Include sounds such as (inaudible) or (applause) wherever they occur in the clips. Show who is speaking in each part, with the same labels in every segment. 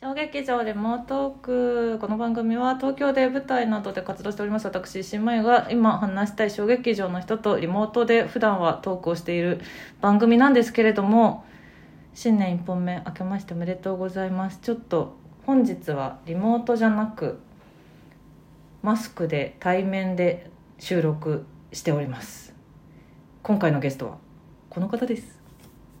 Speaker 1: 小劇場レモートークこの番組は東京で舞台などで活動しております私新米が今話したい小劇場の人とリモートで普段はトークをしている番組なんですけれども新年1本目明けましておめでとうございますちょっと本日はリモートじゃなくマスクで対面で収録しております今回のゲストはこの方です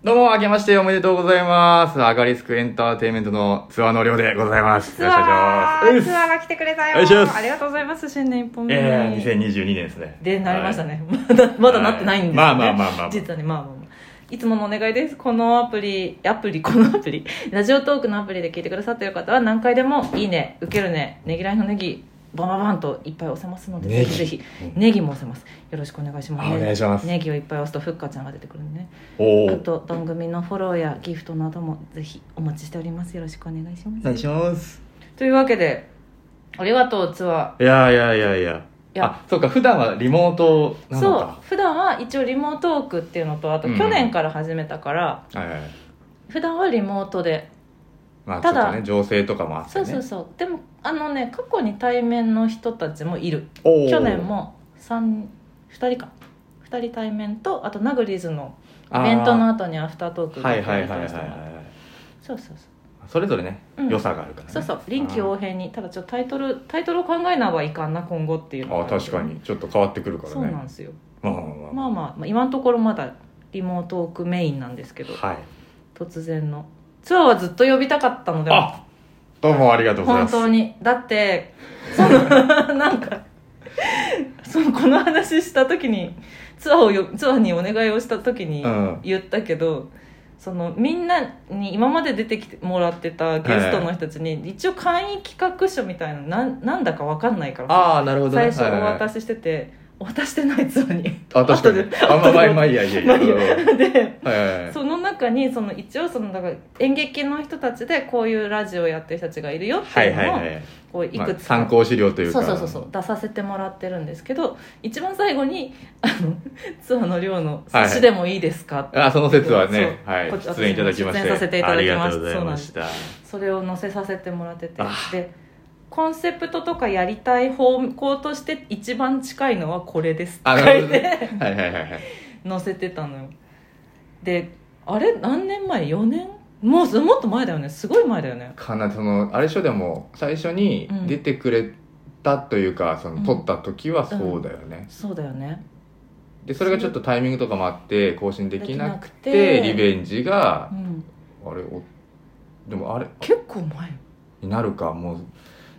Speaker 2: どうも、明けましておめでとうございます。アガリスクエンターテインメントのツアーの量でございます。
Speaker 1: ツア
Speaker 2: よろ
Speaker 1: ー
Speaker 2: しくお
Speaker 1: ツアー
Speaker 2: 願
Speaker 1: が
Speaker 2: いします
Speaker 1: 来てくれたよ
Speaker 2: お願いします
Speaker 1: ありがとうございます新年1本目、
Speaker 2: ええー、2022年ですね。
Speaker 1: でなりましたね、まだまだなってないんですよね、
Speaker 2: はいまあまあまあまあ
Speaker 1: 実はねまあまあまあいつものお願いですこのアプリアプリこのアプリラジオトークのアプリで聞いてくださっている方は何回でも「いいね」「受けるね」「ねぎらいのネギ」バンバンバンといっぱい押せますので
Speaker 2: ネ
Speaker 1: ぜ
Speaker 2: ギ
Speaker 1: ひぜひ
Speaker 2: うん
Speaker 1: ネギも押せますよろしくお願いします、
Speaker 2: あお願いします
Speaker 1: ネギをいっぱい押すとふっかちゃんが出てくるんでね
Speaker 2: お
Speaker 1: あ
Speaker 2: ー。
Speaker 1: と番組のフォローやギフトなどもぜひお待ちしておりますよろしくお願いしま
Speaker 2: お
Speaker 1: す
Speaker 2: 願いします。
Speaker 1: というわけでありがとうツア
Speaker 2: いやいやいやいや。
Speaker 1: いや
Speaker 2: あ、そうか、普段はリモート
Speaker 1: ー
Speaker 2: なの
Speaker 1: そう
Speaker 2: か。
Speaker 1: 普段は一応リモートークっていうのとあと
Speaker 2: うんうん
Speaker 1: 去年から始めたから、
Speaker 2: はいはい。
Speaker 1: 普段はリモートで
Speaker 2: まあ、ちょ
Speaker 1: た
Speaker 2: っ
Speaker 1: だ
Speaker 2: とね、情勢とかもあって
Speaker 1: そ
Speaker 2: ね。
Speaker 1: うそうそうでもあのね過去に対面の人たちもいる
Speaker 2: おー
Speaker 1: 去年、も32人か2人対面とあとナグリーズのイ
Speaker 2: あー
Speaker 1: ベントの後にアフタートーク
Speaker 2: はいはいはいはい
Speaker 1: してもらって
Speaker 2: は
Speaker 1: そうそうそう
Speaker 2: い。それぞれね、
Speaker 1: うん
Speaker 2: 良さがあるからね。
Speaker 1: そうそう臨機応変にただちょっとタイトルタイトルを考えなはいかんな今後っていうの
Speaker 2: あ
Speaker 1: が
Speaker 2: ー、確かに。ちょっと変わってくるからね。
Speaker 1: そうなんですよ
Speaker 2: まあまあまあ
Speaker 1: まあまあ、まあ、今のところまだリモートークメインなんですけど、
Speaker 2: はい。
Speaker 1: 突然のツアーはずっと呼びたかったのでも
Speaker 2: あ、どうもありがとうござい
Speaker 1: 本
Speaker 2: ます。
Speaker 1: 当にだってその (laughs) なんかそのこの話した時にツアーをよツアーにお願いをした時に
Speaker 2: うん
Speaker 1: 言ったけど、そのみんなに今まで出てきてもらってたゲストの人たちに、一応簡易企画書みたいななんなんだか分かんないから
Speaker 2: ああ、なるほど
Speaker 1: 最
Speaker 2: ね。
Speaker 1: 初お
Speaker 2: はいはいはい
Speaker 1: 渡ししてて、お渡ししてないツアーに
Speaker 2: あ、確かに
Speaker 1: 後。で
Speaker 2: あ、まあ、まあ、まあ、いいや、
Speaker 1: (laughs)
Speaker 2: いいや、いいや。
Speaker 1: で
Speaker 2: はいはい
Speaker 1: その中にその一応そのだから演劇の人たちでこういうラジオやってる人たちがいるよって
Speaker 2: はいいうはい
Speaker 1: のを
Speaker 2: はい。
Speaker 1: こうい
Speaker 2: ま
Speaker 1: く
Speaker 2: あ、
Speaker 1: つか、
Speaker 2: 参考資料という
Speaker 1: そ
Speaker 2: か。
Speaker 1: うそうそうそう出させてもらってるんですけど一番最後にあのツアーの量の差しでもいいですか、
Speaker 2: (laughs) あ、その説はね、
Speaker 1: そう
Speaker 2: はい。
Speaker 1: こっち
Speaker 2: 出演いただきまして。
Speaker 1: 出演させていただきました
Speaker 2: ありがとうございました。
Speaker 1: それを載せさせてもらってて
Speaker 2: あ
Speaker 1: でコンセプトとかやりたい方向として一番近いのはこれです
Speaker 2: あ、
Speaker 1: って書
Speaker 2: なる
Speaker 1: い
Speaker 2: ほどね
Speaker 1: て。
Speaker 2: はいはいはいはい。
Speaker 1: 載せてたのよであれ何年前4年もうもっと前だよねすごい前だよね
Speaker 2: かな、その、あれでしょ、でも、最初に
Speaker 1: うん
Speaker 2: 出てくれたというか、そ
Speaker 1: うん
Speaker 2: の、撮った時はそうだよね。
Speaker 1: そうだよね
Speaker 2: で、それがちょっとタイミングとかもあって、更新できなく
Speaker 1: でき
Speaker 2: て、
Speaker 1: なく
Speaker 2: リ
Speaker 1: て
Speaker 2: ベンジが
Speaker 1: う、ん、
Speaker 2: あれ、おでもあれ、
Speaker 1: 結構前よ (laughs)
Speaker 2: になるか、もう、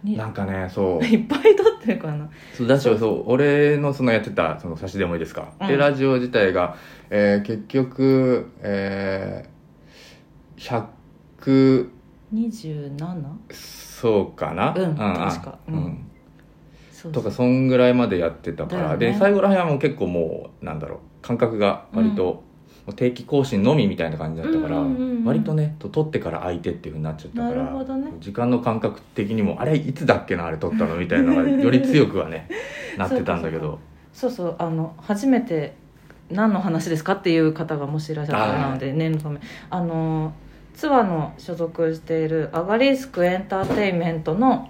Speaker 1: に
Speaker 2: なんかね、そう。
Speaker 1: いっぱい撮ってるからな
Speaker 2: そうだしそう俺のそのやってた「その差しでもいいですか」
Speaker 1: うん
Speaker 2: でラジオ自体が、えー結局、えー、100
Speaker 1: 27?
Speaker 2: そうかな
Speaker 1: うん
Speaker 2: うん
Speaker 1: 確かうんそうそう
Speaker 2: とかそんぐらいまでやってたか
Speaker 1: だよ
Speaker 2: ら、
Speaker 1: ね
Speaker 2: で最後らへんはもう結構もうなんだろう感覚が割と、もう定期更新のみみたいな感じだったから、
Speaker 1: うんうんうんうん
Speaker 2: 割とねと撮ってから空いてっていうふうになっちゃったから
Speaker 1: なるほどね
Speaker 2: 時間の感覚的にもあれいつだっけなあれ撮ったのみたいなのがより強く
Speaker 1: (laughs)
Speaker 2: はねなってたんだ
Speaker 1: そ
Speaker 2: け
Speaker 1: う
Speaker 2: ど
Speaker 1: そうそうあの初めて何の話ですかっていう方がもしいらっしゃったらなので念のためあのツアーの所属しているアガリスクエンターテインメントの、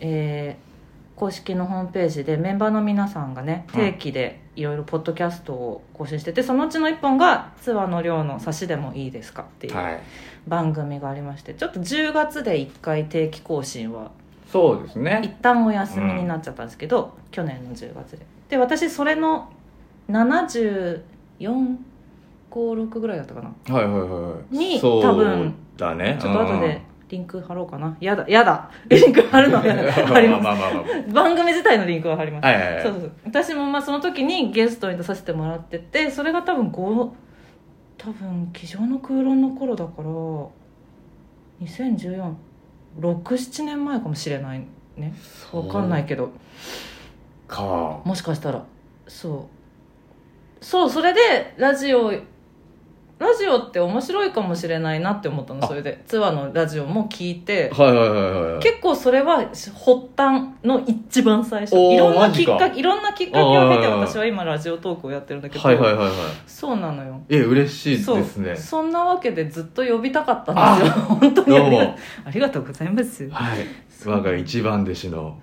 Speaker 1: えー公式のホームページでメンバーの皆さんがね
Speaker 2: うん
Speaker 1: 定期でいろいろポッドキャストを更新しててそのうちの1本が「ツアーの量の差しでもいいですか?」っていう
Speaker 2: はい
Speaker 1: 番組がありましてちょっと10月で1回定期更新は
Speaker 2: そうです
Speaker 1: 一
Speaker 2: ね。
Speaker 1: 旦お休みになっちゃったんですけど、去年の10月でで私それの7456ぐらいだったかな
Speaker 2: はいはいはい。
Speaker 1: に
Speaker 2: そう
Speaker 1: 多分
Speaker 2: だね。
Speaker 1: ちょっと後
Speaker 2: うんうん
Speaker 1: で。リンク貼ろうかな、やだやだリンク貼る
Speaker 2: (laughs)
Speaker 1: のはやだ貼ります
Speaker 2: まあまあまあま
Speaker 1: 番組自体のリンクは貼ります、
Speaker 2: あ。はいはいはい。
Speaker 1: そうそうそう私もまあその時にゲストに出させてもらっててそれが多分5多分「机上の空論」の頃だから20146年前かもしれないねわかんないけど
Speaker 2: か。
Speaker 1: もしかしたらそうそうそれでラジオラジオって面白いかもしれないなって思ったの
Speaker 2: あ
Speaker 1: それでツアーのラジオも聞いて
Speaker 2: はいはいはいはい
Speaker 1: 結構それは発端の一番最初
Speaker 2: おー
Speaker 1: いろんな
Speaker 2: マ
Speaker 1: きっ
Speaker 2: ジか
Speaker 1: かけいろんなきっかけを経て
Speaker 2: あー
Speaker 1: 私は今ラジオトークをやってるんだけど、
Speaker 2: はいはいはいはい
Speaker 1: そうなのよ
Speaker 2: え嬉しい
Speaker 1: そう
Speaker 2: ですね
Speaker 1: そんなわけでずっと呼びたかったんですよ本当に
Speaker 2: ど
Speaker 1: あ
Speaker 2: う
Speaker 1: りが
Speaker 2: も
Speaker 1: ありがとうございます
Speaker 2: はい
Speaker 1: そう
Speaker 2: (laughs) 我が一番弟子の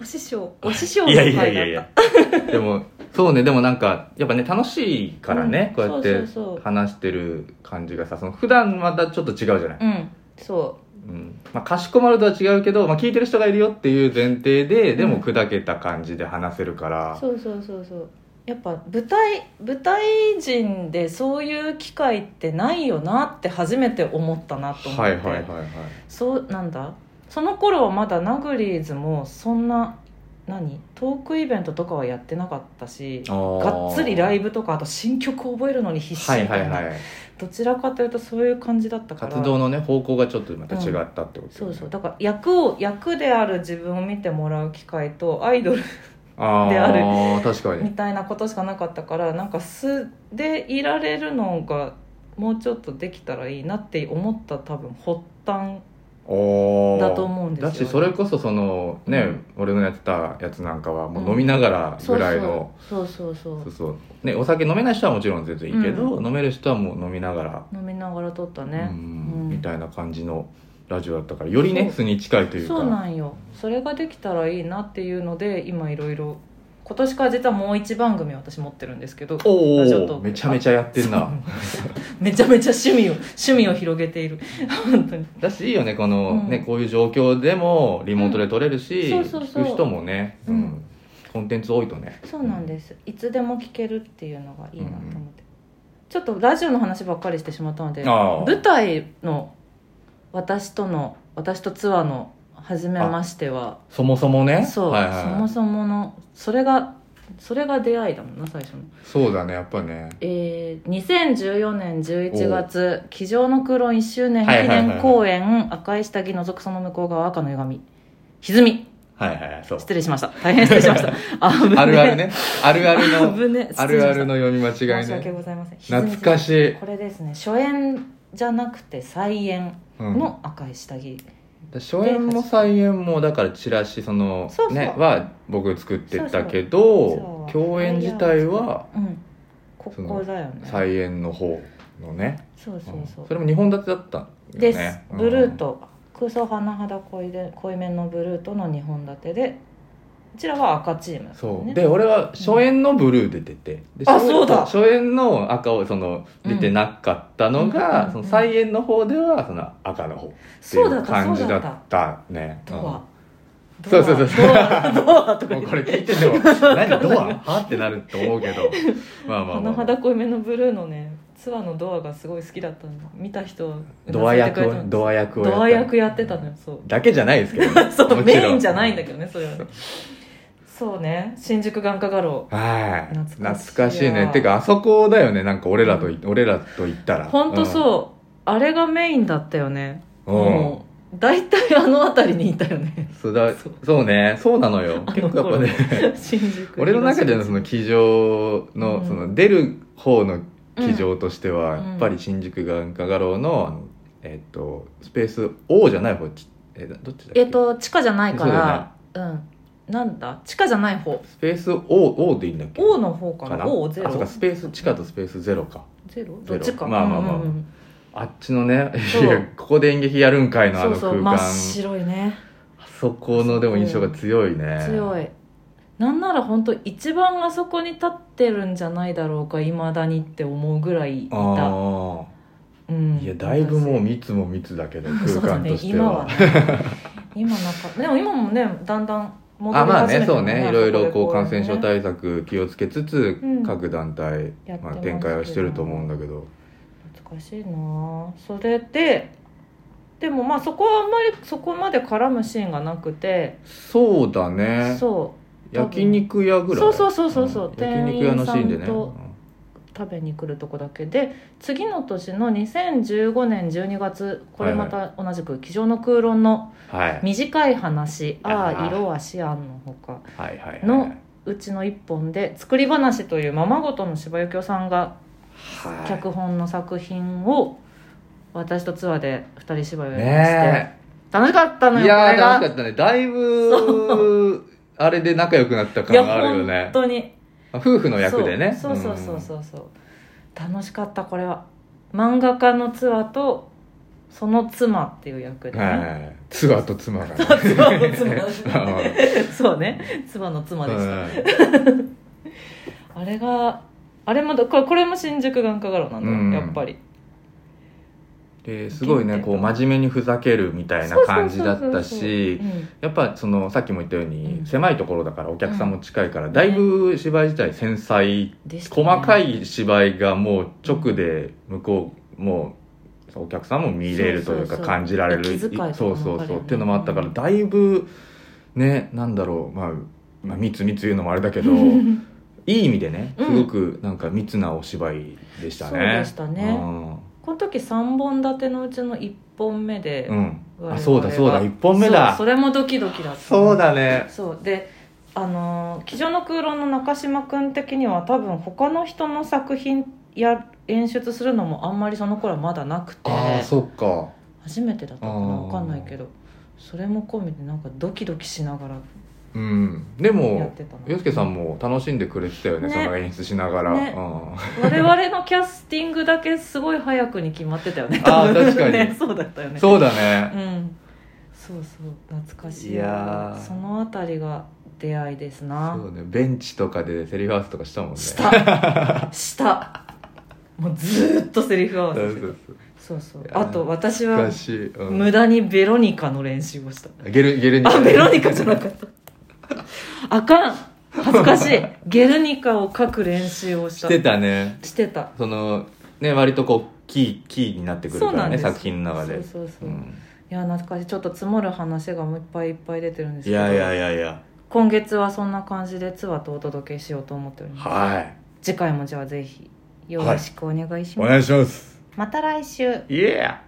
Speaker 1: お師匠 (laughs) お師匠の
Speaker 2: いやい
Speaker 1: 会だ
Speaker 2: や
Speaker 1: っ
Speaker 2: いやい
Speaker 1: た
Speaker 2: やでもそうねでもなんかやっぱね楽しいからね、
Speaker 1: うん
Speaker 2: こうやっ
Speaker 1: そうそうそ
Speaker 2: て
Speaker 1: う
Speaker 2: 話してる感じがさその普段またちょっと違うじゃない、
Speaker 1: うんそ
Speaker 2: うんまあ、かしこまるとは違うけど、まあ、聞いてる人がいるよっていう前提でで
Speaker 1: うん
Speaker 2: も砕けた感じで話せるか
Speaker 1: う
Speaker 2: ら、
Speaker 1: そうそうそうそうやっぱ舞台舞台人でそういう機会ってないよなって初めて思ったなと思って、
Speaker 2: はいはいはいはい
Speaker 1: そうなんだその頃はまだナグリーズもそんな何トークイベントとかはやってなかったし
Speaker 2: あー
Speaker 1: がっつりライブとかあと新曲を覚えるのに必死
Speaker 2: は
Speaker 1: み
Speaker 2: い
Speaker 1: た
Speaker 2: はいい
Speaker 1: な
Speaker 2: はい
Speaker 1: どちらかというとそういう感じだったから
Speaker 2: 活動のね方向がちょっとまた違ったってことだ
Speaker 1: そ
Speaker 2: よね、
Speaker 1: うそうだから役を役である自分を見てもらう機会とアイドル
Speaker 2: あ
Speaker 1: で
Speaker 2: あ確か
Speaker 1: み
Speaker 2: に
Speaker 1: たいなことしかなかったからなんか素でいられるのがもうちょっとできたらいいなって思った多分発端
Speaker 2: おー
Speaker 1: だと思うんですよ
Speaker 2: だしそれこそそのね、
Speaker 1: うん
Speaker 2: 俺のやってたやつなんかはもう飲みながらぐらいの、
Speaker 1: そうそうそうそう
Speaker 2: そうそうねお酒飲めない人はもちろん全然いいけど、
Speaker 1: う
Speaker 2: 飲める人はもう飲みながら、
Speaker 1: 飲みながら撮った
Speaker 2: う
Speaker 1: ね
Speaker 2: んみ
Speaker 1: い
Speaker 2: たいな感じのラジオだったからよりね
Speaker 1: そ
Speaker 2: 素に近いというか
Speaker 1: そうなんよそれができたらいいなっていうので今いろいろ今年から実はもう一番組私持ってるんですけど
Speaker 2: お
Speaker 1: ラジオトー
Speaker 2: お
Speaker 1: ク
Speaker 2: めちゃめちゃやってんな
Speaker 1: (laughs) めちゃめちゃ趣味を趣味を広げている (laughs) 本当に
Speaker 2: だしいいよねこの、
Speaker 1: うん
Speaker 2: ねこういう状況でもリモートで撮れるし、
Speaker 1: うんそうそうそう
Speaker 2: 聞く人もね、うん
Speaker 1: うん
Speaker 2: コンテンツ多いとね
Speaker 1: そうなんです、いつでも聞けるっていうのがいいなと思って、
Speaker 2: うん
Speaker 1: ちょっとラジオの話ばっかりしてしまったので
Speaker 2: ああ
Speaker 1: 舞台の私との私とツアーの初めましては
Speaker 2: そもそもね
Speaker 1: そう、
Speaker 2: はいはい
Speaker 1: そもそものそれがそれが出会いだもんな最初の
Speaker 2: そうだねやっぱね
Speaker 1: えー、2014年11月「机上の空論」1周年記念公演、赤い下着覗くその向こう側赤の歪み歪み
Speaker 2: はいはいはいそう
Speaker 1: 失礼しました大変失礼しました
Speaker 2: (laughs)
Speaker 1: あ
Speaker 2: あるあるねあるある
Speaker 1: (laughs)
Speaker 2: の
Speaker 1: 危ね
Speaker 2: あるある
Speaker 1: の
Speaker 2: の読み間違い
Speaker 1: 申し訳
Speaker 2: ね
Speaker 1: ございません
Speaker 2: 懐かしい、
Speaker 1: これですね初演じゃなくて再演
Speaker 2: うん、
Speaker 1: の赤い下着、
Speaker 2: だ初演も再演もだからチラシその
Speaker 1: そうそう
Speaker 2: ねは僕作ってたけど
Speaker 1: そうそう
Speaker 2: 共演自体は
Speaker 1: うんここだよね
Speaker 2: 再演の方のね
Speaker 1: そうそうそう、
Speaker 2: んそれも日本立てだったよね
Speaker 1: です、
Speaker 2: うん
Speaker 1: ブルーと空想甚だ恋で恋面のブルーとの2本立てでこちらは赤チーム、ね、
Speaker 2: そうで俺は初演のブルーで出てで
Speaker 1: あ
Speaker 2: 初演
Speaker 1: そうだ
Speaker 2: 初演の赤をその出てなかった
Speaker 1: う
Speaker 2: の
Speaker 1: ん
Speaker 2: がその再演の方ではその赤の方ってい
Speaker 1: そうだ
Speaker 2: う
Speaker 1: ったそ
Speaker 2: 感じ
Speaker 1: う
Speaker 2: だ
Speaker 1: だ
Speaker 2: っ
Speaker 1: った
Speaker 2: たね
Speaker 1: ドア、
Speaker 2: うん
Speaker 1: ドア
Speaker 2: そうそうそう
Speaker 1: ドアドアとか
Speaker 2: もう
Speaker 1: 言っ
Speaker 2: こ
Speaker 1: て
Speaker 2: れ聞いてても何ドア (laughs) はってなると思うけ
Speaker 1: (laughs)
Speaker 2: どまあまあまあ、
Speaker 1: 甚だ恋面のブルーのねツアーのドアがすごい好きだったんだ見た人は
Speaker 2: ドア役
Speaker 1: うなずいてくれたんで
Speaker 2: を
Speaker 1: す
Speaker 2: ドア役を
Speaker 1: ドア役やってたのよそう、
Speaker 2: だけじゃないですけど、
Speaker 1: (laughs)
Speaker 2: ね
Speaker 1: そう
Speaker 2: もちろ
Speaker 1: メインじゃないんだけどねそれはねそうね新宿眼科画廊
Speaker 2: はい
Speaker 1: 懐
Speaker 2: 懐
Speaker 1: かしい
Speaker 2: かしいねてかあそこだよねなんか俺らとい、俺らと言ったら
Speaker 1: ほんとそう、あれがメインだったよね
Speaker 2: うん、うん
Speaker 1: もう大体あの辺りにいたよね
Speaker 2: そうだ
Speaker 1: そう
Speaker 2: そうねそうなのよ
Speaker 1: あの
Speaker 2: (laughs) 結構やっ
Speaker 1: (laughs)
Speaker 2: ぱね
Speaker 1: 新宿
Speaker 2: 俺の中でのその
Speaker 1: 東
Speaker 2: 騎乗の,、
Speaker 1: うん
Speaker 2: その出る方の騎乗としては、
Speaker 1: うん
Speaker 2: やっぱり新宿眼科画廊のあのえっ、とスペース O じゃない方ちえーどっちだっけ、
Speaker 1: えっと地下じゃないか
Speaker 2: そうだ
Speaker 1: らうんなんだ地下じゃない方
Speaker 2: スペース O, O でいいんだっけ
Speaker 1: O の方か
Speaker 2: か
Speaker 1: な
Speaker 2: な
Speaker 1: O ゼ
Speaker 2: あそう
Speaker 1: ロ
Speaker 2: かスペース地下とスペースゼロか
Speaker 1: ゼロど
Speaker 2: ゼ
Speaker 1: っ
Speaker 2: ロ
Speaker 1: ちか
Speaker 2: まあまあまあ
Speaker 1: うんうんうん
Speaker 2: あっちのね
Speaker 1: そう
Speaker 2: いやここで演劇やるんかいのあ
Speaker 1: そ
Speaker 2: の
Speaker 1: う
Speaker 2: 空間
Speaker 1: そう真っ白いね
Speaker 2: あそこのでも印象が強いね
Speaker 1: 強いなんなら本当一番あそこに立ってるんじゃないだろうかいまだにって思うぐらいい
Speaker 2: あ
Speaker 1: た、
Speaker 2: ー
Speaker 1: うん、
Speaker 2: いやだいぶもう密も密だけど
Speaker 1: そう
Speaker 2: 空
Speaker 1: だ
Speaker 2: 間
Speaker 1: ね
Speaker 2: として
Speaker 1: 今は
Speaker 2: は
Speaker 1: ね
Speaker 2: (laughs)
Speaker 1: 今なかでも今もねだんだん戻
Speaker 2: あ
Speaker 1: り
Speaker 2: まあ
Speaker 1: 始めてる
Speaker 2: ねそ
Speaker 1: も
Speaker 2: うんねいろいろこう感染症
Speaker 1: ね
Speaker 2: 対策気をつけつつ
Speaker 1: うん
Speaker 2: 各団体
Speaker 1: やってま
Speaker 2: ます
Speaker 1: け
Speaker 2: あ
Speaker 1: ど
Speaker 2: 展開はしてると思うんだけど
Speaker 1: 難しいなあそれででもまあそこはあんまりそこまで絡むシーンがなくて
Speaker 2: そうだね
Speaker 1: そう
Speaker 2: 焼肉屋ぐらい
Speaker 1: そうそうそうそうそう
Speaker 2: 焼肉屋のシーン
Speaker 1: 店員
Speaker 2: でね
Speaker 1: さんと食べに来るとこだけで次の年の2015年12月これまた同じく「机上の空論」の
Speaker 2: うんはい
Speaker 1: 短い話「あ
Speaker 2: あ
Speaker 1: あ
Speaker 2: あ
Speaker 1: 色はシアンのほか」
Speaker 2: はいはいはい
Speaker 1: のうちの一本で「作り話」というままごとの柴幸夫さんが
Speaker 2: はい
Speaker 1: 脚本の作品を私とツアーで二人芝居をやりまして、
Speaker 2: ね
Speaker 1: 楽しかったの
Speaker 2: え
Speaker 1: よ
Speaker 2: いや
Speaker 1: こ
Speaker 2: ー
Speaker 1: れが
Speaker 2: 楽しかったねだいぶあれで仲良くなった
Speaker 1: いや
Speaker 2: 感があるよね
Speaker 1: 本当に
Speaker 2: 夫婦の役でね
Speaker 1: そうそうそう
Speaker 2: う
Speaker 1: そうそう、楽しかったこれは漫画家のツアーとその妻っていう役で
Speaker 2: ん
Speaker 1: ね、 (laughs)
Speaker 2: はいツアーと妻がね
Speaker 1: 妻の
Speaker 2: (laughs)
Speaker 1: 妻ですねそうね妻の妻でした、あれがあれもどこれこれも新宿眼科柄なんだよ、
Speaker 2: うん
Speaker 1: やっぱり
Speaker 2: ですごいねこう真面目にふざけるみたいな感じだったし
Speaker 1: そうそうそうそううん
Speaker 2: やっぱそのさっきも言ったように、
Speaker 1: うん
Speaker 2: 狭いところだからお客さんも近いから、
Speaker 1: ん
Speaker 2: だいぶ芝居自体繊細、
Speaker 1: でしたね
Speaker 2: 細かい芝居がもう直で向こうもうお客さんも見れるという
Speaker 1: そうそう
Speaker 2: か
Speaker 1: そう
Speaker 2: 感じられる
Speaker 1: 息遣いとかも
Speaker 2: そうそう
Speaker 1: わかる
Speaker 2: そ
Speaker 1: よ
Speaker 2: うっ
Speaker 1: ね
Speaker 2: ていうのもあったからだいぶねなんだろうまあまあ、密密言うのもあれだけどいい意味でねす
Speaker 1: うん
Speaker 2: ごくなんか密なお芝居でしたね。
Speaker 1: そうでしたね
Speaker 2: うん
Speaker 1: (laughs) この時3本立てのうちの1本目で、
Speaker 2: うん、
Speaker 1: 我々
Speaker 2: あ
Speaker 1: は
Speaker 2: そうだそうだ1本目だ
Speaker 1: そうそれもドキドキだった
Speaker 2: そうだね
Speaker 1: そうであの「机上の空論」の中島君的には多分他の人の作品や演出するのもあんまりその頃はまだなくて
Speaker 2: ああそっか
Speaker 1: 初めてだったかな
Speaker 2: あー
Speaker 1: 分かんないけどそれも込みでなんかドキドキしながら
Speaker 2: うんでも
Speaker 1: やってた
Speaker 2: 洋
Speaker 1: の
Speaker 2: 介さんも楽しんでくれてたよね
Speaker 1: ね
Speaker 2: その演出しながら、
Speaker 1: ね
Speaker 2: うん、
Speaker 1: 我々のキャスティングだけすごい早くに決まってたよね
Speaker 2: あー
Speaker 1: 多分
Speaker 2: 確かに
Speaker 1: ねそうだったよ (laughs) ね
Speaker 2: そうだね
Speaker 1: うんそうそう懐かしい
Speaker 2: いやー
Speaker 1: そのあたりが出会いですな
Speaker 2: そうねベンチとかでセリフ合わせとかしたもんね
Speaker 1: したしたもうずーっとセリフ合わ
Speaker 2: そ
Speaker 1: せ
Speaker 2: う
Speaker 1: して
Speaker 2: そうそう
Speaker 1: そうそう
Speaker 2: いやー
Speaker 1: あと私は
Speaker 2: 難しい、うん
Speaker 1: 無駄にベロニカの練習をした
Speaker 2: ゲルゲルに
Speaker 1: あベロニカじゃなかったあかん恥ずか
Speaker 2: (laughs)
Speaker 1: しいゲルニカを書く練習をし
Speaker 2: したてたね
Speaker 1: してた
Speaker 2: そのね割とこうキーキーになってくる
Speaker 1: そ
Speaker 2: か
Speaker 1: うな
Speaker 2: ら
Speaker 1: ん
Speaker 2: ね
Speaker 1: です
Speaker 2: 作品の中で
Speaker 1: そうそうそう、
Speaker 2: う
Speaker 1: い
Speaker 2: ん
Speaker 1: や懐かしいちょっと積もる話がもういっぱいいっぱい出てるんです
Speaker 2: い
Speaker 1: けど
Speaker 2: やいやいやいや
Speaker 1: 今月はそんな感じでツアーとお届けしようと思っております
Speaker 2: はい
Speaker 1: 次回もじゃあぜひよろしくお願いし
Speaker 2: お
Speaker 1: ます、
Speaker 2: 願いします
Speaker 1: また来週
Speaker 2: イエー